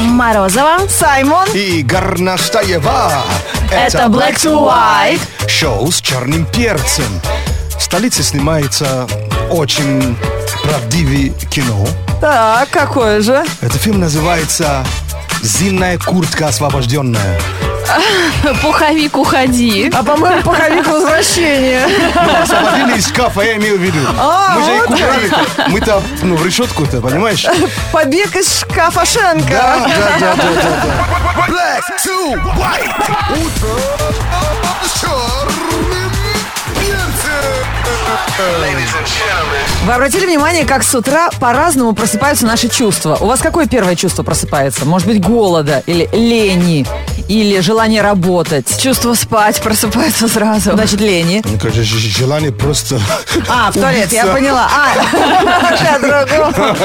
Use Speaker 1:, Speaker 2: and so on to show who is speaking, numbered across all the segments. Speaker 1: Морозова.
Speaker 2: Саймон.
Speaker 3: И Горнаштаева.
Speaker 1: Это Black to White.
Speaker 3: Шоу с черным перцем. В столице снимается очень правдивое кино.
Speaker 2: Так, какой же?
Speaker 3: Этот фильм называется «Зимняя куртка освобожденная».
Speaker 1: Пуховик, уходи.
Speaker 2: А по-моему, пуховик возвращения.
Speaker 3: Освободили из шкафа, я имею в виду.
Speaker 2: А,
Speaker 3: Мы же их
Speaker 2: вот
Speaker 3: украли-то. Мы-то ну, в решетку-то, понимаешь?
Speaker 2: Побег из шкафа
Speaker 3: Да,
Speaker 2: Шенка.
Speaker 3: да, да, да, да, да.
Speaker 4: Black to white. Утро с черным перцем.
Speaker 2: Вы обратили внимание, как с утра по-разному просыпаются наши чувства? У вас какое первое чувство просыпается? Может быть, голода или лени? Или желание работать?
Speaker 1: Чувство спать просыпается сразу.
Speaker 2: Значит, лени.
Speaker 3: Ну, конечно, ж- желание просто...
Speaker 2: А, в туалет, я
Speaker 3: Убийца.
Speaker 2: поняла. А, я другого.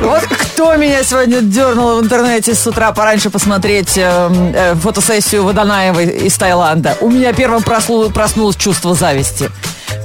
Speaker 2: Вот кто меня сегодня дернул в интернете с утра пораньше посмотреть эм, э, фотосессию Водонаевой из Таиланда. У меня первым прослу- проснулось чувство зависти.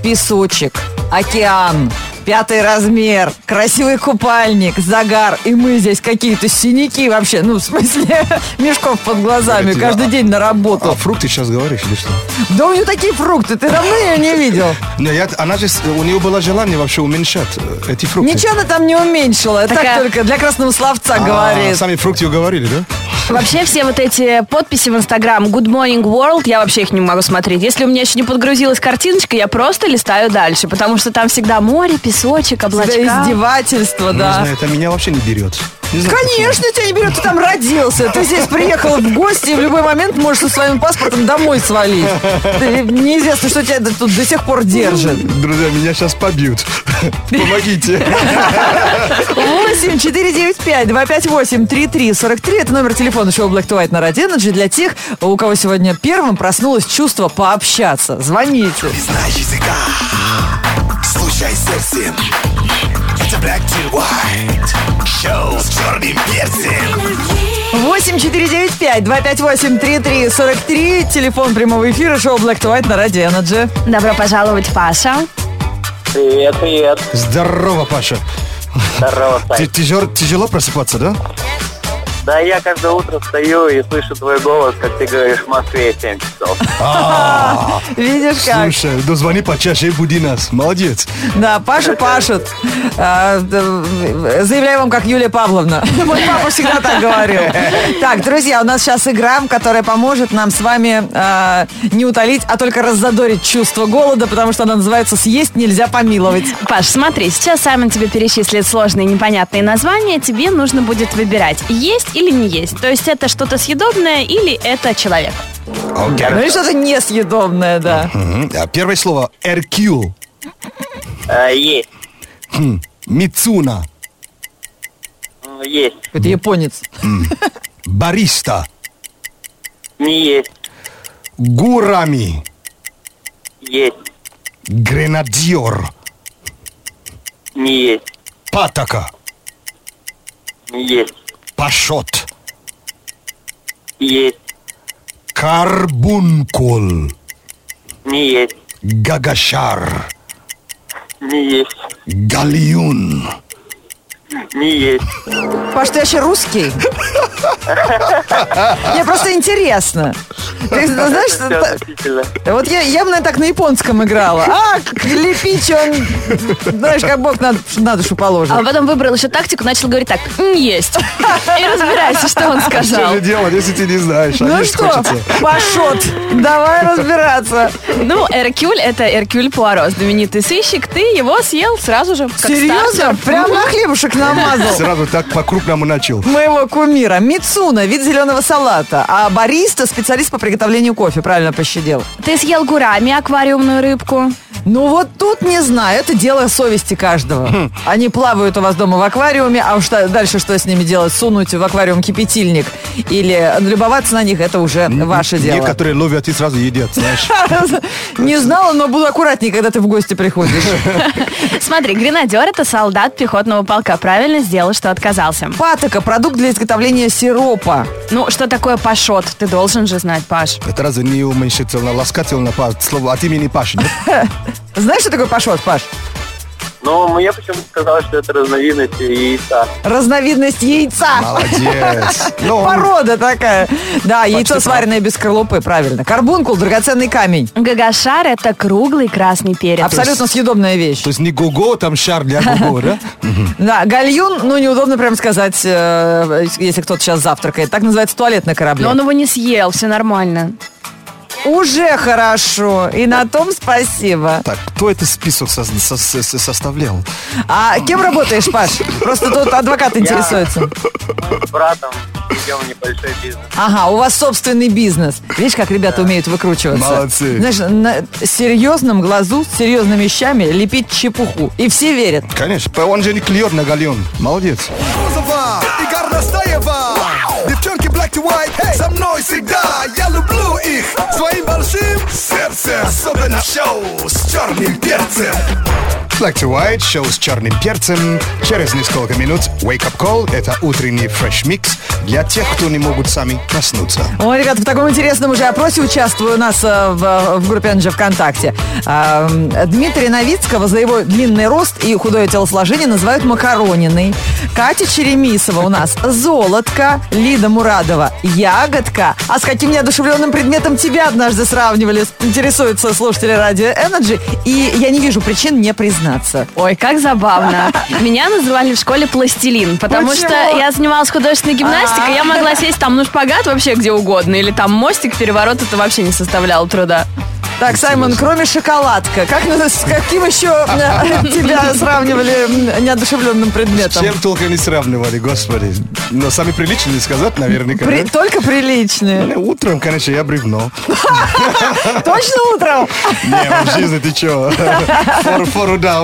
Speaker 2: Песочек, океан, пятый размер, красивый купальник, загар. И мы здесь какие-то синяки вообще, ну, в смысле, мешков под глазами.
Speaker 3: Блин,
Speaker 2: Каждый
Speaker 3: а-
Speaker 2: день на
Speaker 3: А
Speaker 2: работу.
Speaker 3: фрукты сейчас говоришь или что?
Speaker 2: Да у нее такие фрукты, ты давно ее не видел.
Speaker 3: Не, я, она же, с- у нее было желание вообще уменьшать э, эти фрукты.
Speaker 2: Ничего она там не уменьшила.
Speaker 1: Такая-
Speaker 2: Так только для красного словца
Speaker 3: А,
Speaker 2: говорит.
Speaker 3: сами фрукты уговорили, да?
Speaker 1: Вообще все вот эти подписи в Инстаграм Good Morning World, я вообще их не могу смотреть. Если у меня еще не подгрузилась картиночка, я просто листаю дальше, потому что там всегда море, песочек,
Speaker 2: За
Speaker 1: облачка.
Speaker 2: издевательство,
Speaker 3: Не
Speaker 2: да.
Speaker 3: знаю, это меня вообще не берет. Не знаю,
Speaker 2: Конечно, тебя не берет, ты там родился. Ты здесь приехал в гости и в любой момент можешь со своим паспортом домой свалить. Ты- неизвестно, что тебя тут до сих пор держит.
Speaker 3: почему. Друзья, меня сейчас побьют. Помогите.
Speaker 2: 8 495 258 3343 Это номер телефона шоу Black to White на Радио для тех, у кого сегодня первым проснулось чувство пообщаться. Звоните.
Speaker 4: Знай языка. Слушай сердцем. Это black to white. Шоу с черным перцем.
Speaker 2: 8495-258-3343. Телефон прямого эфира, шоу Black to White на радио Energy.
Speaker 1: Добро пожаловать, Паша.
Speaker 5: Привет, привет.
Speaker 3: Здорово, Паша.
Speaker 5: Здорово,
Speaker 3: Ти-
Speaker 5: Сань.
Speaker 3: тяжел- Тяжело просыпаться, да?
Speaker 5: Да, я каждое утро встаю и слышу твой голос, как ты говоришь, в Москве 7 часов.
Speaker 2: Видишь как?
Speaker 3: Слушай, ну звони почаще и буди нас. Молодец.
Speaker 2: Да, Паша пашет. А, да, Заявляю вам, как Юлия Павловна. Мой папа всегда так говорил. Так, друзья, у нас сейчас игра, которая поможет нам с вами а, не утолить, а только раззадорить чувство голода, потому что она называется «Съесть нельзя помиловать».
Speaker 1: Паш, смотри, сейчас Саймон тебе перечислит сложные непонятные названия, тебе нужно будет выбирать, есть или не есть. То есть это что-то съедобное или это человек.
Speaker 2: Ну и что-то несъедобное, да.
Speaker 3: Мгм. А Первое слово. Эркюл.
Speaker 5: Э, Есть,
Speaker 3: Мицуна.
Speaker 5: М, есть,
Speaker 2: Какой-то японец.
Speaker 3: Бариста.
Speaker 5: не есть,
Speaker 3: Гурами.
Speaker 5: есть,
Speaker 3: Гренадьор.
Speaker 5: не есть,
Speaker 3: Патока.
Speaker 5: не есть,
Speaker 3: Пашот.
Speaker 5: есть,
Speaker 3: Карбункул.
Speaker 5: не есть,
Speaker 3: Гагашар.
Speaker 5: не есть,
Speaker 3: Галиюн.
Speaker 5: не есть.
Speaker 2: Паш, ты вообще русский? Мне просто интересно. Ты знаешь, что-
Speaker 5: Все относительно.
Speaker 2: вот я, я бы, наверное, так на японском играла. А, лепич он, знаешь, как бог надо, на душу положит.
Speaker 1: А потом выбрал еще тактику, начал говорить так, «М, есть. И разбирайся, что он
Speaker 3: Что
Speaker 1: сказал.
Speaker 3: же делать, если ты не знаешь? а
Speaker 2: Ну
Speaker 3: есть
Speaker 2: что,
Speaker 3: хочется.
Speaker 2: Пашот, давай разбираться.
Speaker 1: Ну, Эркюль — это Эркюль Пуаро, знаменитый сыщик. Ты его съел сразу же, как
Speaker 2: Серьезно?
Speaker 1: стартер.
Speaker 2: Прям на хлебушек намазал.
Speaker 3: Сразу так по-крупному начал.
Speaker 2: Моего кумира. Мицуна, вид зеленого салата. А бариста, специалист по приготовлению кофе, правильно пощадил.
Speaker 1: Ты съел гурами аквариумную рыбку.
Speaker 2: Ну вот тут не знаю, это дело совести каждого. Они плавают у вас дома в аквариуме, а уж та- дальше что с ними делать? Сунуть в аквариум кипятильник или любоваться на них, это уже ваше дело.
Speaker 3: Некоторые ловят и сразу едят, знаешь.
Speaker 2: Не знала, но буду аккуратнее, когда ты в гости приходишь.
Speaker 1: Смотри, гренадер — это солдат пехотного полка. Правильно сделал, что отказался.
Speaker 2: Патока – продукт для изготовления сиропа.
Speaker 1: Ну, что такое пашот? Ты должен же знать, Паш.
Speaker 3: Это разве не уменьшительно, ласкательно, Паш? Слово от имени Паши, нет?
Speaker 2: Знаешь, что такое пашот, Паш?
Speaker 5: Ну, я почему-то сказал, что это разновидность яйца.
Speaker 2: Разновидность яйца.
Speaker 3: Молодец. Ну, он-
Speaker 2: Порода такая. Да, яйцо
Speaker 3: прав.
Speaker 2: сваренное без скорлупы, правильно. Карбункул, драгоценный камень.
Speaker 1: Гагашар – это круглый красный перец.
Speaker 2: Абсолютно съедобная вещь.
Speaker 3: То есть не Гуго, там Шарль, а Гуго, да?
Speaker 2: Да, гальюн, ну, неудобно прям сказать, э, если кто-то сейчас завтракает. Так называется туалет на корабле.
Speaker 1: Но он его не съел, все нормально.
Speaker 2: Уже хорошо. И на том спасибо.
Speaker 3: Так, кто этот список со- со- со- составлял?
Speaker 2: А кем работаешь, Паш? Просто тут адвокат интересуется.
Speaker 5: Мы с братом ведем небольшой бизнес.
Speaker 2: Ага, у вас собственный бизнес. Видишь, как ребята умеют выкручиваться.
Speaker 3: Молодцы.
Speaker 2: Знаешь, на серьезном глазу, с серьезными вещами лепить чепуху. И все верят.
Speaker 3: Конечно, он же не клюет на гальон. Молодец.
Speaker 4: Розова и горностаева Девчонки black to white, hey, со мной всегда Я люблю их своим большим сердцем Особенно шоу с черным перцем
Speaker 3: Black to White, шоу с черным перцем. Через несколько минут Wake Up Call – это утренний фреш-микс для тех, кто не могут сами проснуться.
Speaker 2: Ой, ребята, в таком интересном уже опросе участвую у нас э, в, в группе NG ВКонтакте. А, м, Дмитрия Новицкого за его длинный рост и худое телосложение называют макарониной. Катя Черемисова у нас золотка, Лида Мурадова ягодка. А с каким неодушевленным предметом тебя однажды сравнивали, с- интересуются слушатели радио Energy. И я не вижу причин не признаться.
Speaker 1: Ой, как забавно. Меня называли в школе пластилин, потому
Speaker 2: Почему?
Speaker 1: что я занималась художественной гимнастикой, я могла сесть там на шпагат вообще где угодно, или там мостик, переворот, это вообще не составляло труда.
Speaker 2: Так, Саймон, кроме шоколадка, как, ну, с каким еще э, тебя сравнивали м, неодушевленным предметом?
Speaker 3: Чем только не сравнивали, господи. Но сами приличные сказать, наверняка.
Speaker 2: При-
Speaker 3: да?
Speaker 2: только приличные.
Speaker 3: Ну, Утром, конечно, я бревно.
Speaker 2: Точно утром?
Speaker 3: Не, в жизни ты чё? Фору, фору дам.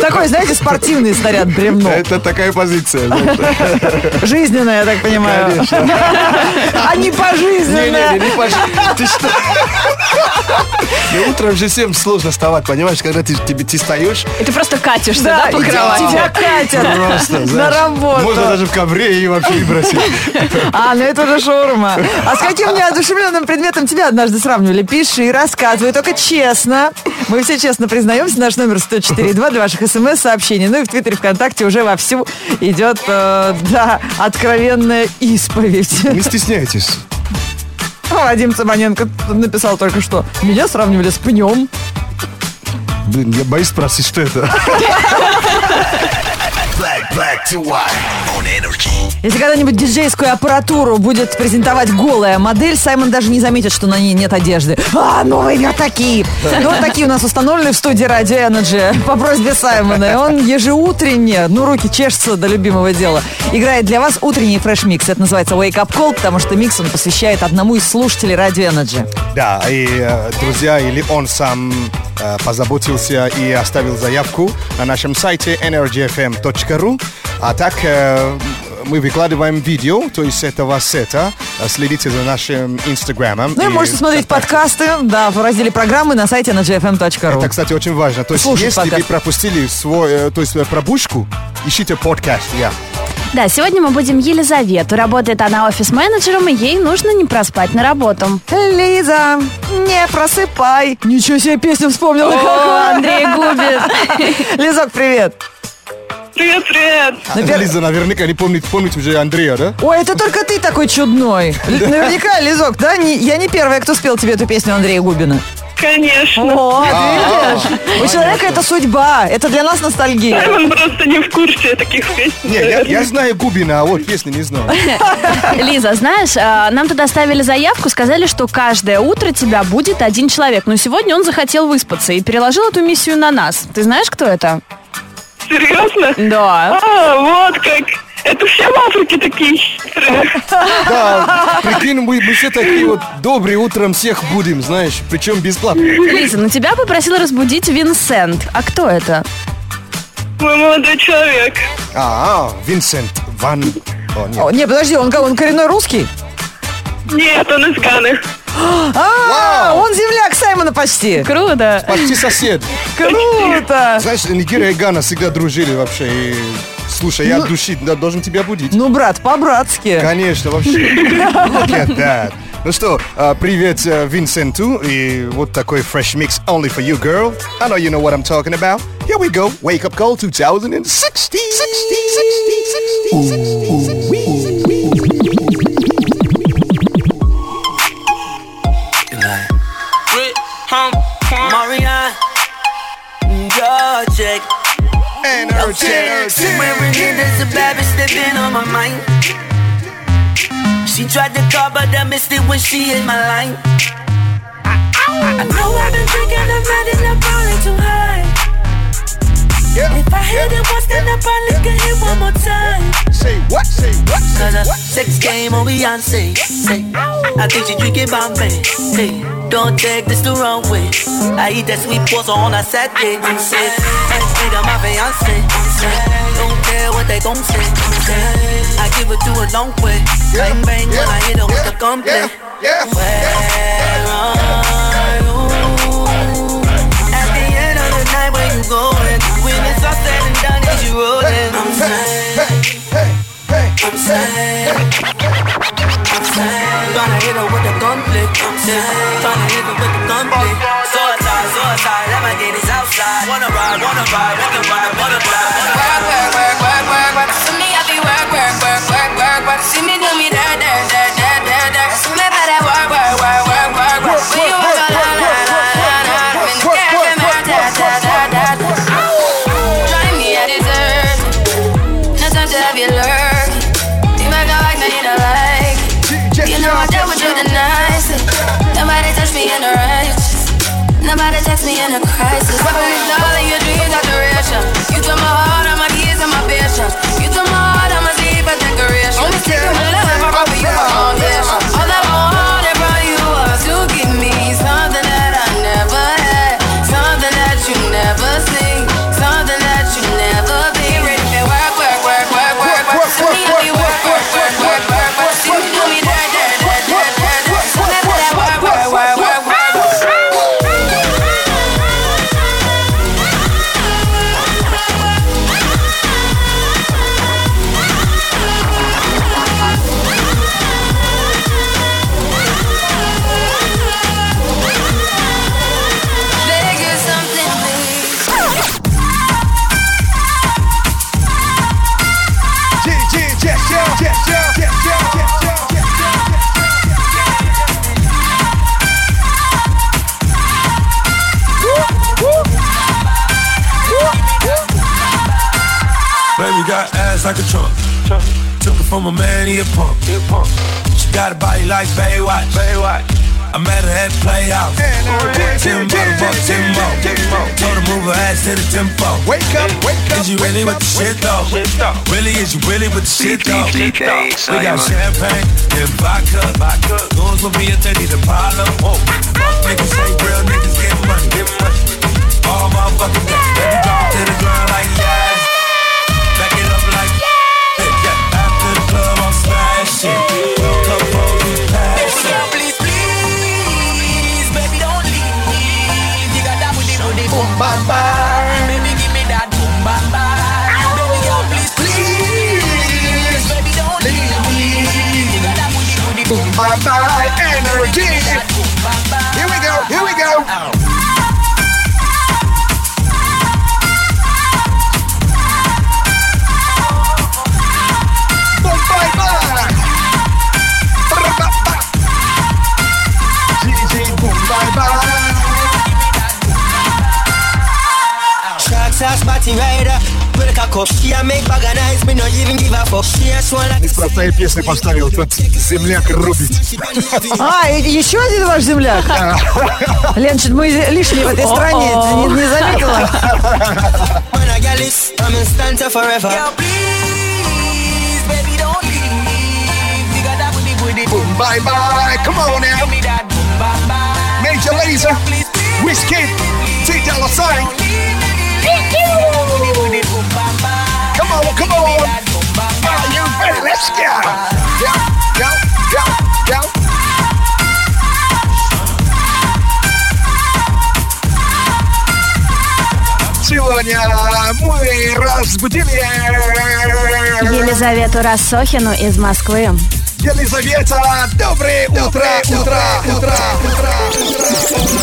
Speaker 2: Такой, знаете, спортивный снаряд бревно.
Speaker 3: Это такая позиция. знаешь.
Speaker 2: Жизненное, я так понимаю. А не
Speaker 3: Не-не-не,
Speaker 2: пожизненное.
Speaker 3: не пож- Ты что? Ну, Утром же всем сложно вставать, понимаешь, когда ты, тебе- ты встаешь,
Speaker 1: И ты просто катишься, да,
Speaker 2: Да,
Speaker 1: по
Speaker 2: и
Speaker 1: кровати?
Speaker 2: тебя катят.
Speaker 3: просто,
Speaker 2: На
Speaker 3: знаешь, можно
Speaker 2: работу.
Speaker 3: даже в ковре и вообще не бросить.
Speaker 2: А, ну это уже шаурма. А с каким неодушевленным предметом тебя однажды сравнивали? Пиши, рассказывай, только честно. Мы все честно признаемся. Наш номер 104.2 для ваших смс-сообщений. Ну и в Твиттере ВКонтакте уже вовсю идет, э, да, откровенная исповедь.
Speaker 3: Не стесняйтесь.
Speaker 2: А, Вадим Цыманенко написал только что. Меня сравнивали с пнем.
Speaker 3: Блин, я боюсь спросить, что это.
Speaker 4: Black, black to white on energy
Speaker 2: Если когда-нибудь диджейскую аппаратуру будет презентовать голая модель, Саймон даже не заметит, что на ней нет одежды. А, новые вертаки! Ну, вот такие у нас установлены в студии Радио Energy по просьбе Саймона. И он ежеутренне, ну, руки чешутся до любимого дела, играет для вас утренний фреш-микс. Это называется Wake Up Call, потому что микс он посвящает одному из слушателей Радио Energy.
Speaker 3: Да, и, э, друзья, или он сам э, позаботился и оставил заявку на нашем сайте energyfm.ru. А так э, мы выкладываем видео, то есть этого сета. Э, Следите за нашим инстаграмом.
Speaker 2: Ну, и можете смотреть подкасты, да, в разделе программы на сайте energyfm.ru.
Speaker 3: Это, кстати, очень важно. То есть,
Speaker 2: Слушать
Speaker 3: если вы
Speaker 2: подкаст.
Speaker 3: пропустили свой, э, то есть э, пробушку, ищите подкаст. Я.
Speaker 1: Да, сегодня мы будем Елизавету. Работает она офис-менеджером, и ей нужно не проспать на работу.
Speaker 2: Лиза, не просыпай. Ничего себе, песню вспомнила.
Speaker 1: О,
Speaker 2: какую.
Speaker 1: Андрей Губин.
Speaker 2: Лизок, привет.
Speaker 6: Привет, привет.
Speaker 2: Напер-
Speaker 3: Лиза наверняка не помнит, помнит уже Андрея, да?
Speaker 2: Ой, это только ты такой чудной. Л- Наверняка, Лизок, да? не- я не первая, кто спел тебе эту песню Андрея Губина.
Speaker 6: Конечно.
Speaker 2: О, А! ты видишь? У человека это судьба. Это для нас ностальгия.
Speaker 6: Саймон просто не в курсе таких песен.
Speaker 3: Не, я, я знаю Губина, а вот песни не знаю.
Speaker 1: Лиза, знаешь, а, нам туда ставили заявку, сказали, что каждое утро тебя будет один человек. Но сегодня он захотел выспаться и переложил эту миссию на нас. Ты знаешь, кто это?
Speaker 6: Серьезно?
Speaker 1: Да.
Speaker 6: А, вот как. Это все в Африке такие хитрые.
Speaker 3: Да, прикинь, мы, мы все такие вот добрые утром всех будем, знаешь, причем бесплатно.
Speaker 1: Лиза, на тебя попросил разбудить Винсент. А кто это?
Speaker 6: Мой молодой человек.
Speaker 3: А, а, Винсент Ван... О, нет.
Speaker 2: О, Не, подожди, он, ка- он коренной русский?
Speaker 6: Нет, он из Ганы.
Speaker 2: А, он земляк Саймона почти.
Speaker 1: Круто.
Speaker 3: Почти сосед.
Speaker 2: Круто.
Speaker 3: Знаешь, Нигерия и Гана всегда дружили вообще. И, слушай, я от души да, должен тебя будить.
Speaker 2: Ну, брат, по-братски.
Speaker 3: Конечно, вообще. Look at that. Ну что, э, привет э, Винсенту и вот такой fresh mix only for you, girl. I know you know what I'm talking about. Here we go. Wake up call 2016. 60, 60, 60, 60.
Speaker 7: Rick, hum, hum. Marianne, Georgia.
Speaker 3: Energy.
Speaker 7: When there's a bad bitch that been on my mind. She tried to call, but I missed it when she hit my line. I know I've been drinking, I'm riding, I'm falling too high. If I hit it once, then I probably can hit one more time.
Speaker 3: Say what? Say what? Say
Speaker 7: Got a
Speaker 3: what?
Speaker 7: sex game on Beyonce. Hey, I think she drinking Bombay. Hey, don't take this the wrong way. I eat that sweet pasta on a Saturday. I think I'm my fiance. Don't care what they gon' say. I give it to a long way. Bang bang when I hit her with the gunplay.
Speaker 3: yeah,
Speaker 7: Where are you? At the end of the night, where you going? When it's all said and done, is you rolling? I'm saying. I'm sad. I'm sad. Tryna hit her with the conflict. I'm sad. Tryna hit her with the conflict. Suicide, suicide. Let my daddy's outside. Wanna ride, wanna ride. We can ride, wanna ride, wanna ride.
Speaker 8: For me, I be work, work, work, work, work, work. See me do me that, that, that, that, that, that. See me about that work, work, work, work, work, work. When you work, la, la, la, la, la. When the cat come out, da, da, da, da, da. Join me at dessert. No time to have you lurk. You might go like, no, you don't like. You know I dealt with you the nicest. Nobody touched me in the righteous. Nobody text me in a crisis. But it's all in your dreams are duration. You took my heart, all my keys, and my patience. You took my heart, all my sleep, and decoration. Only taking my love, I brought for you a foundation. All I wanted from you was to give me something that I never had, something that you never seen, something that you never been. Ready to work, work, work, work, work, work. To me, I be work, work, work, work, work, work. See you do me that, that, that, that, that, that. Never that work, work, work, work, work, work. Beg you something, please.
Speaker 4: Baby got ass like a trunk. Took it from a man, he a punk. She got a body like Baywatch. Baywatch. I met her at Playhouse. Ten bottles, bought ten more. Told her move her ass to the tempo.
Speaker 3: Wake up, wake up.
Speaker 4: Is you really with the shit though? Really, is you really with the shit though? We got champagne and vodka. Goons with me if they need a problem. Fuck niggas say real niggas get money. All motherfuckers got baby drop to the ground like yeah. Back it up like yeah. yeah. After the club, I'm smashing. Woke up, holding passion.
Speaker 7: Please, please, baby, don't leave. You got that booty, booty, boom, bam, bam. Baby, give me that boom, bam, bam. Baby, girl, please, please, baby, don't leave. You got that booty, booty, boom, bam, bam. Energy. Boom, bam, bam.
Speaker 3: Here we go, here we go.
Speaker 7: ah.
Speaker 9: Sharks are spotting rider. Well, cock up. She a make bag and eyes. Me no even give a fuck. She a swan like
Speaker 3: Из простой песни поставил тут земляк рубит.
Speaker 2: А, и- и еще один ваш земляк? Лен, чуть мы лишние в этой стране, ты не- не заметила.
Speaker 9: man a gallus. I'm in stanza forever.
Speaker 7: Girl, please, baby, don't leave. You got that booty, booty, boom,
Speaker 3: Bye bye, come on now.
Speaker 7: give me that boom, bam, bam.
Speaker 3: Major Lazer,
Speaker 7: Please, please,
Speaker 3: Whiskey, T Dollar Sign.
Speaker 7: don't leave, baby. You got that booty, booty, boom, bam, bam.
Speaker 3: Come on, come on.
Speaker 7: That boom, bam, bam.
Speaker 3: Are you ready? Let's go. Go, go, go, go. Сегодня мы разбудили
Speaker 1: Елизавету Рассохину из Москвы.
Speaker 3: Елизавета, доброе утро, утро, утро, утро.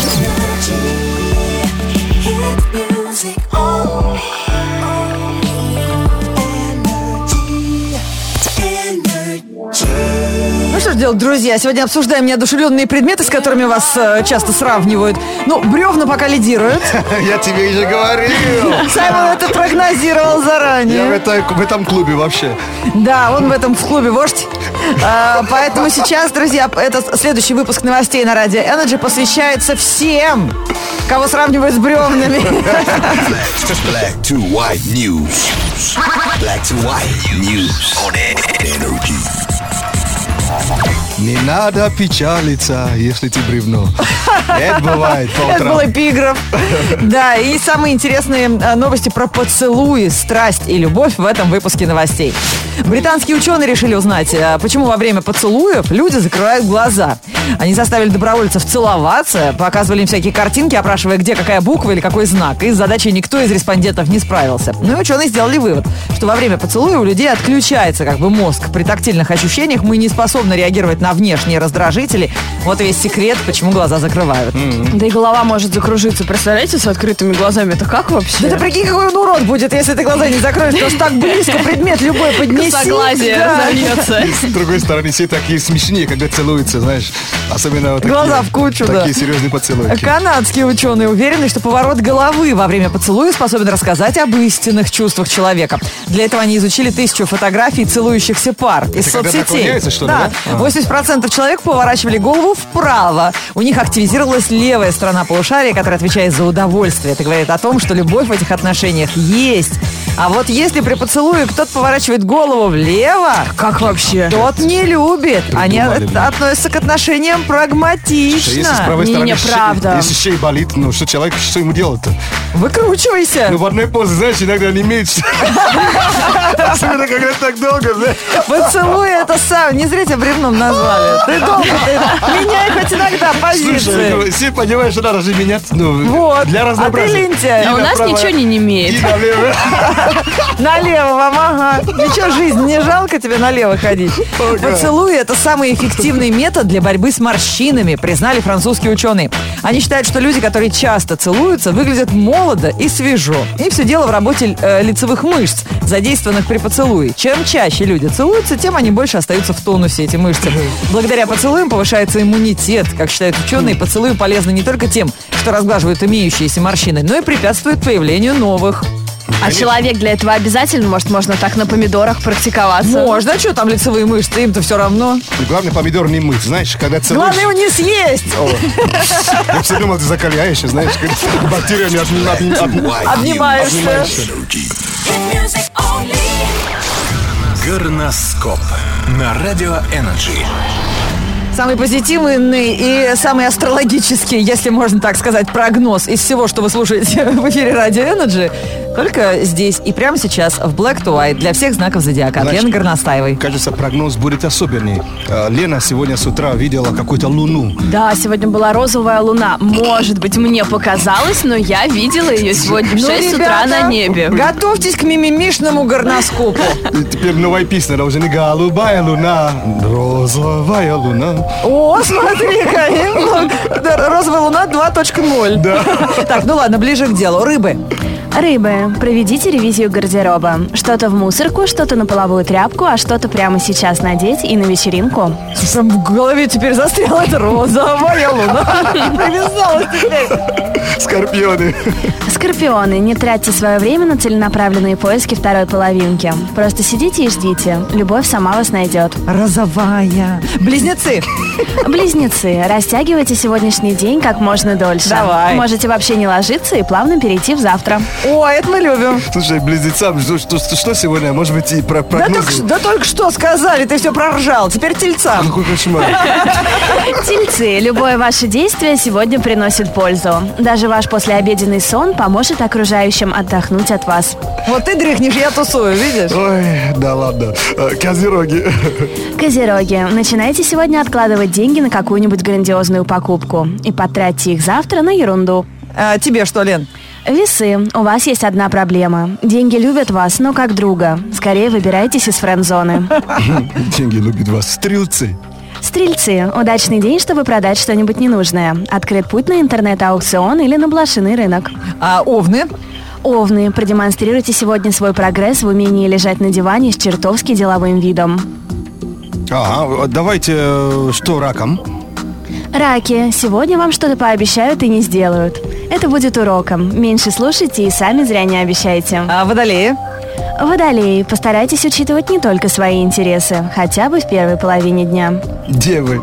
Speaker 2: Ну что ж делать, друзья, сегодня обсуждаем неодушевленные предметы, с которыми вас э, часто сравнивают. Ну, бревна пока лидируют.
Speaker 3: Я тебе же говорил.
Speaker 2: Саймон это прогнозировал
Speaker 3: Я в,
Speaker 2: заранее.
Speaker 3: этой- в этом клубе вообще.
Speaker 2: Да, он в этом в клубе вождь. А, Поэтому сейчас, друзья, это следующий выпуск новостей на радио Energy посвящается всем, кого сравнивают с бревнами.
Speaker 4: Black to white news. Black to white news on energy.
Speaker 3: Не надо печалиться, если ты бревно. Это бывает по
Speaker 2: Это был
Speaker 3: утрам.
Speaker 2: эпиграф. Да, и самые интересные э, новости про поцелуи, страсть и любовь в этом выпуске новостей. Британские ученые решили узнать, э, почему во время поцелуев люди закрывают глаза. Они заставили добровольцев целоваться, показывали им всякие картинки, опрашивая, где какая буква или какой знак. И с задачей никто из респондентов не справился. Ну и ученые сделали вывод, что во время поцелуя у людей отключается как бы мозг. При тактильных ощущениях мы не способны реагировать на внешние раздражители. Вот весь секрет, почему глаза закрывают.
Speaker 1: Да и голова может закружиться. Представляете, с открытыми глазами. Это как вообще?
Speaker 2: Да ты прикинь, какой он урод будет, если ты глаза не закроешь, потому что так близко предмет любой поднеси.
Speaker 1: Согласие
Speaker 2: Да.
Speaker 1: разовьется.
Speaker 3: С другой стороны, все такие смешные, когда целуются, знаешь. Особенно вот такие-
Speaker 2: Глаза в кучу, да. Э,
Speaker 3: Такие серьезные поцелуйки.
Speaker 2: Канадские ученые уверены, что поворот головы во время поцелуя способен рассказать об истинных чувствах человека. Для этого они изучили тысячу фотографий целующихся пар из
Speaker 3: когда
Speaker 2: соцсетей.
Speaker 3: наклоняются, что ли,
Speaker 2: Да,
Speaker 3: да? А.
Speaker 2: 80% человек поворачивали голову вправо. У них активизировалась левая сторона полушария, которая отвечает за удовольствие. Это говорит о том, что любовь в этих отношениях есть. А вот если при поцелуе кто-то поворачивает голову влево,
Speaker 1: Как вообще?
Speaker 2: тот не любит. Они
Speaker 3: Придумали, блин.
Speaker 2: от- относятся к отношениям прагматично.
Speaker 3: Что Если с правой
Speaker 1: Не,
Speaker 3: стороны
Speaker 1: не,
Speaker 3: щи-
Speaker 1: правда.
Speaker 3: если шея болит, ну что человек, что ему делать-то?
Speaker 2: Выкручивайся.
Speaker 3: Ну в одной позе, знаешь, иногда не имеется. Особенно когда так долго, знаешь.
Speaker 2: Поцелуй это сам. Не зря тебя бревном назвали. Ты долго, ты меняй хоть иногда
Speaker 3: Слушай,
Speaker 2: позиции.
Speaker 3: ну, все понимаешь, что надо же менять, ну,
Speaker 2: Вот.
Speaker 3: для
Speaker 2: А ты
Speaker 3: разнообразия.
Speaker 2: лентяй.
Speaker 3: И
Speaker 1: А у нас
Speaker 3: направо,
Speaker 1: ничего не
Speaker 3: и
Speaker 1: немеет.
Speaker 3: налево.
Speaker 2: Налево вам, ага. Ничего, жизнь, не жалко тебе налево ходить. Поцелуй это самый эффективный метод для борьбы с морщинами, признали французские ученые. Они считают, что люди, которые часто целуются, выглядят молодо и свежо. И все дело в работе э, лицевых мышц, задействованных при поцелуе. Чем чаще люди целуются, тем они больше остаются в тонусе, эти мышцы. Благодаря поцелуям повышается иммунитет. Как считают ученые, поцелуи полезны не только тем, что разглаживают имеющиеся морщины, но и препятствуют появлению новых.
Speaker 1: А человек для этого обязательно? Может, можно так на помидорах практиковаться?
Speaker 2: Можно, а что там лицевые мышцы, им-то все равно.
Speaker 3: И Главное, помидор не мыть, знаешь, когда целуешь.
Speaker 2: Главное его не съесть.
Speaker 3: О, Я все думал, ты закаляешься, знаешь, как бактериями от- от- от-
Speaker 2: Обнимаешься.
Speaker 8: Music only.
Speaker 4: Горноскоп на радио Energy.
Speaker 2: Самый позитивный и самый астрологический, если можно так сказать, прогноз из всего, что вы слушаете в эфире Радио Energy, только здесь и прямо сейчас в Black to White для всех знаков зодиака. От
Speaker 3: Значит,
Speaker 2: Лены Горностаевой.
Speaker 3: Кажется, прогноз будет особенный. Э, Лена сегодня с утра видела какую-то луну.
Speaker 1: Да, сегодня была розовая луна. Может быть, мне показалось, но я видела ее сегодня в 6 утра
Speaker 2: Ну, ребята,
Speaker 1: на небе.
Speaker 2: готовьтесь к мимимишному горноскопу.
Speaker 3: И теперь новая песня должна «Голубая луна, розовая луна».
Speaker 2: О, смотри-ка, им, да, розовая луна 2.0. Так, ну ладно, ближе к делу. Рыбы.
Speaker 1: Рыбы, проведите ревизию гардероба. Что-то в мусорку, что-то на половую тряпку, а что-то прямо сейчас надеть и на вечеринку.
Speaker 2: Слушай, Прям в голове теперь застряла эта розовая луна. Привязалась теперь.
Speaker 3: Скорпионы.
Speaker 1: Скорпионы, не тратьте свое время на целенаправленные поиски второй половинки. Просто сидите и ждите. Любовь сама вас найдет.
Speaker 2: Розовая. Близнецы.
Speaker 1: Близнецы, растягивайте сегодняшний день как можно дольше.
Speaker 2: Давай.
Speaker 1: Можете вообще не ложиться и плавно перейти в завтра.
Speaker 2: О, а это мы любим.
Speaker 3: Слушай, близнецам, что, что- что- что сегодня? Может быть, и
Speaker 2: Да
Speaker 3: про прогнозы?
Speaker 2: только, ш- да только что сказали, ты все проржал. Теперь тельцам.
Speaker 3: Какой кошмар.
Speaker 1: Тельцы, любое ваше действие сегодня приносит пользу. Даже ваш послеобеденный сон поможет окружающим отдохнуть от вас.
Speaker 2: Вот ты дрыхнешь, я тусую, видишь?
Speaker 3: Ой, да ладно. Э, Козероги.
Speaker 1: Козероги, начинайте сегодня откладывать деньги на какую-нибудь грандиозную покупку и потратьте их завтра на ерунду.
Speaker 2: А, тебе что, Лен?
Speaker 1: Весы. У вас есть одна проблема. Деньги любят вас, но как друга. Скорее выбирайтесь из френд-зоны.
Speaker 3: Деньги любят вас. Стрелцы.
Speaker 1: Стрельцы. Удачный день, чтобы продать что-нибудь ненужное. Открыт путь на интернет-аукцион или на блошиный рынок.
Speaker 2: А овны?
Speaker 1: Овны. Продемонстрируйте сегодня свой прогресс в умении лежать на диване с чертовски деловым видом.
Speaker 10: Ага, давайте, э, что раком?
Speaker 1: Раки. Сегодня вам что-то пообещают и не сделают. Это будет уроком. Меньше слушайте и сами зря не обещайте.
Speaker 2: А водолеи?
Speaker 1: Водолеи. Постарайтесь учитывать не только свои интересы, хотя бы в первой половине дня.
Speaker 3: Девы.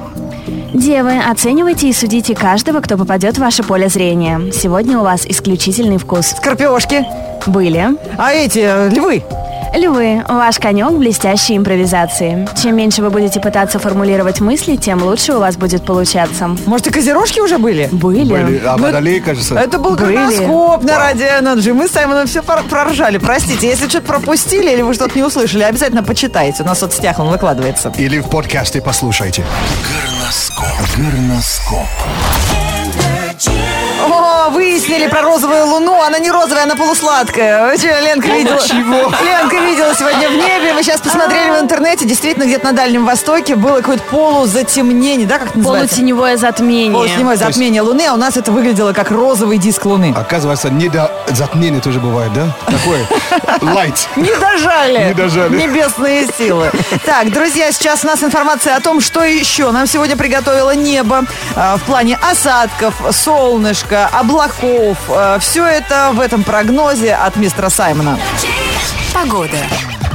Speaker 1: Девы, оценивайте и судите каждого, кто попадет в ваше поле зрения. Сегодня у вас исключительный вкус.
Speaker 2: Скорпиошки?
Speaker 1: Были.
Speaker 2: А эти, э, львы?
Speaker 1: Львы, ваш конек – блестящие импровизации. Чем меньше вы будете пытаться формулировать мысли, тем лучше у вас будет получаться.
Speaker 2: Может, и козерожки уже были?
Speaker 1: Были.
Speaker 3: Были. А водолеи, кажется.
Speaker 2: Это был
Speaker 1: Были.
Speaker 2: калейдоскоп на радио Energy. Мы с Саймоном все пор- проржали. Простите, если что-то пропустили или вы что-то не услышали, обязательно почитайте. У нас в соцсетях он выкладывается.
Speaker 3: Или в подкасте послушайте.
Speaker 2: О, выяснили про розовую луну. Она не розовая, она полусладкая. Вы чё, Ленка видела. Ленка видела сегодня в небе. Мы сейчас посмотрели в интернете. Действительно, где-то на Дальнем Востоке было какое-то полузатемнение, да, как это называется?
Speaker 1: Полутеневое затмение.
Speaker 2: Полутеневое затмение Луны, а у нас это выглядело как розовый диск Луны.
Speaker 3: А Оказывается, недо... затмение тоже бывает, да? Такое. Лайт.
Speaker 2: Не дожали.
Speaker 3: Не дожали.
Speaker 2: Небесные силы. Так, друзья, сейчас у нас информация о том, что еще нам сегодня приготовило небо э, в плане осадков, солнышка, облаков. все это в этом прогнозе от мистера Саймона.
Speaker 11: Погода.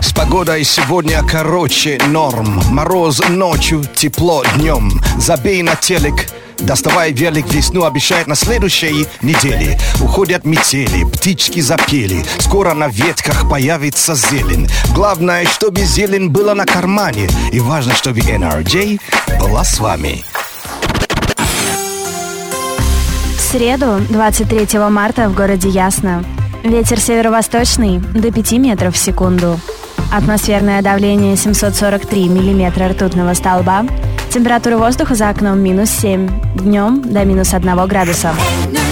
Speaker 3: С погодой сегодня короче норм. Мороз ночью, тепло днем. Забей на телек, доставай велик. Весну обещает на следующей неделе. Уходят метели, птички запели. Скоро на ветках появится зелень. Главное, чтобы зелень была на кармане. И важно, чтобы NRJ была с вами.
Speaker 1: В среду, 23 марта, в городе Ясно. Ветер северо-восточный до 5 метров в секунду. Атмосферное давление 743 миллиметра ртутного столба. Температура воздуха за окном минус 7. Днем до минус 1 градуса.
Speaker 11: Energy.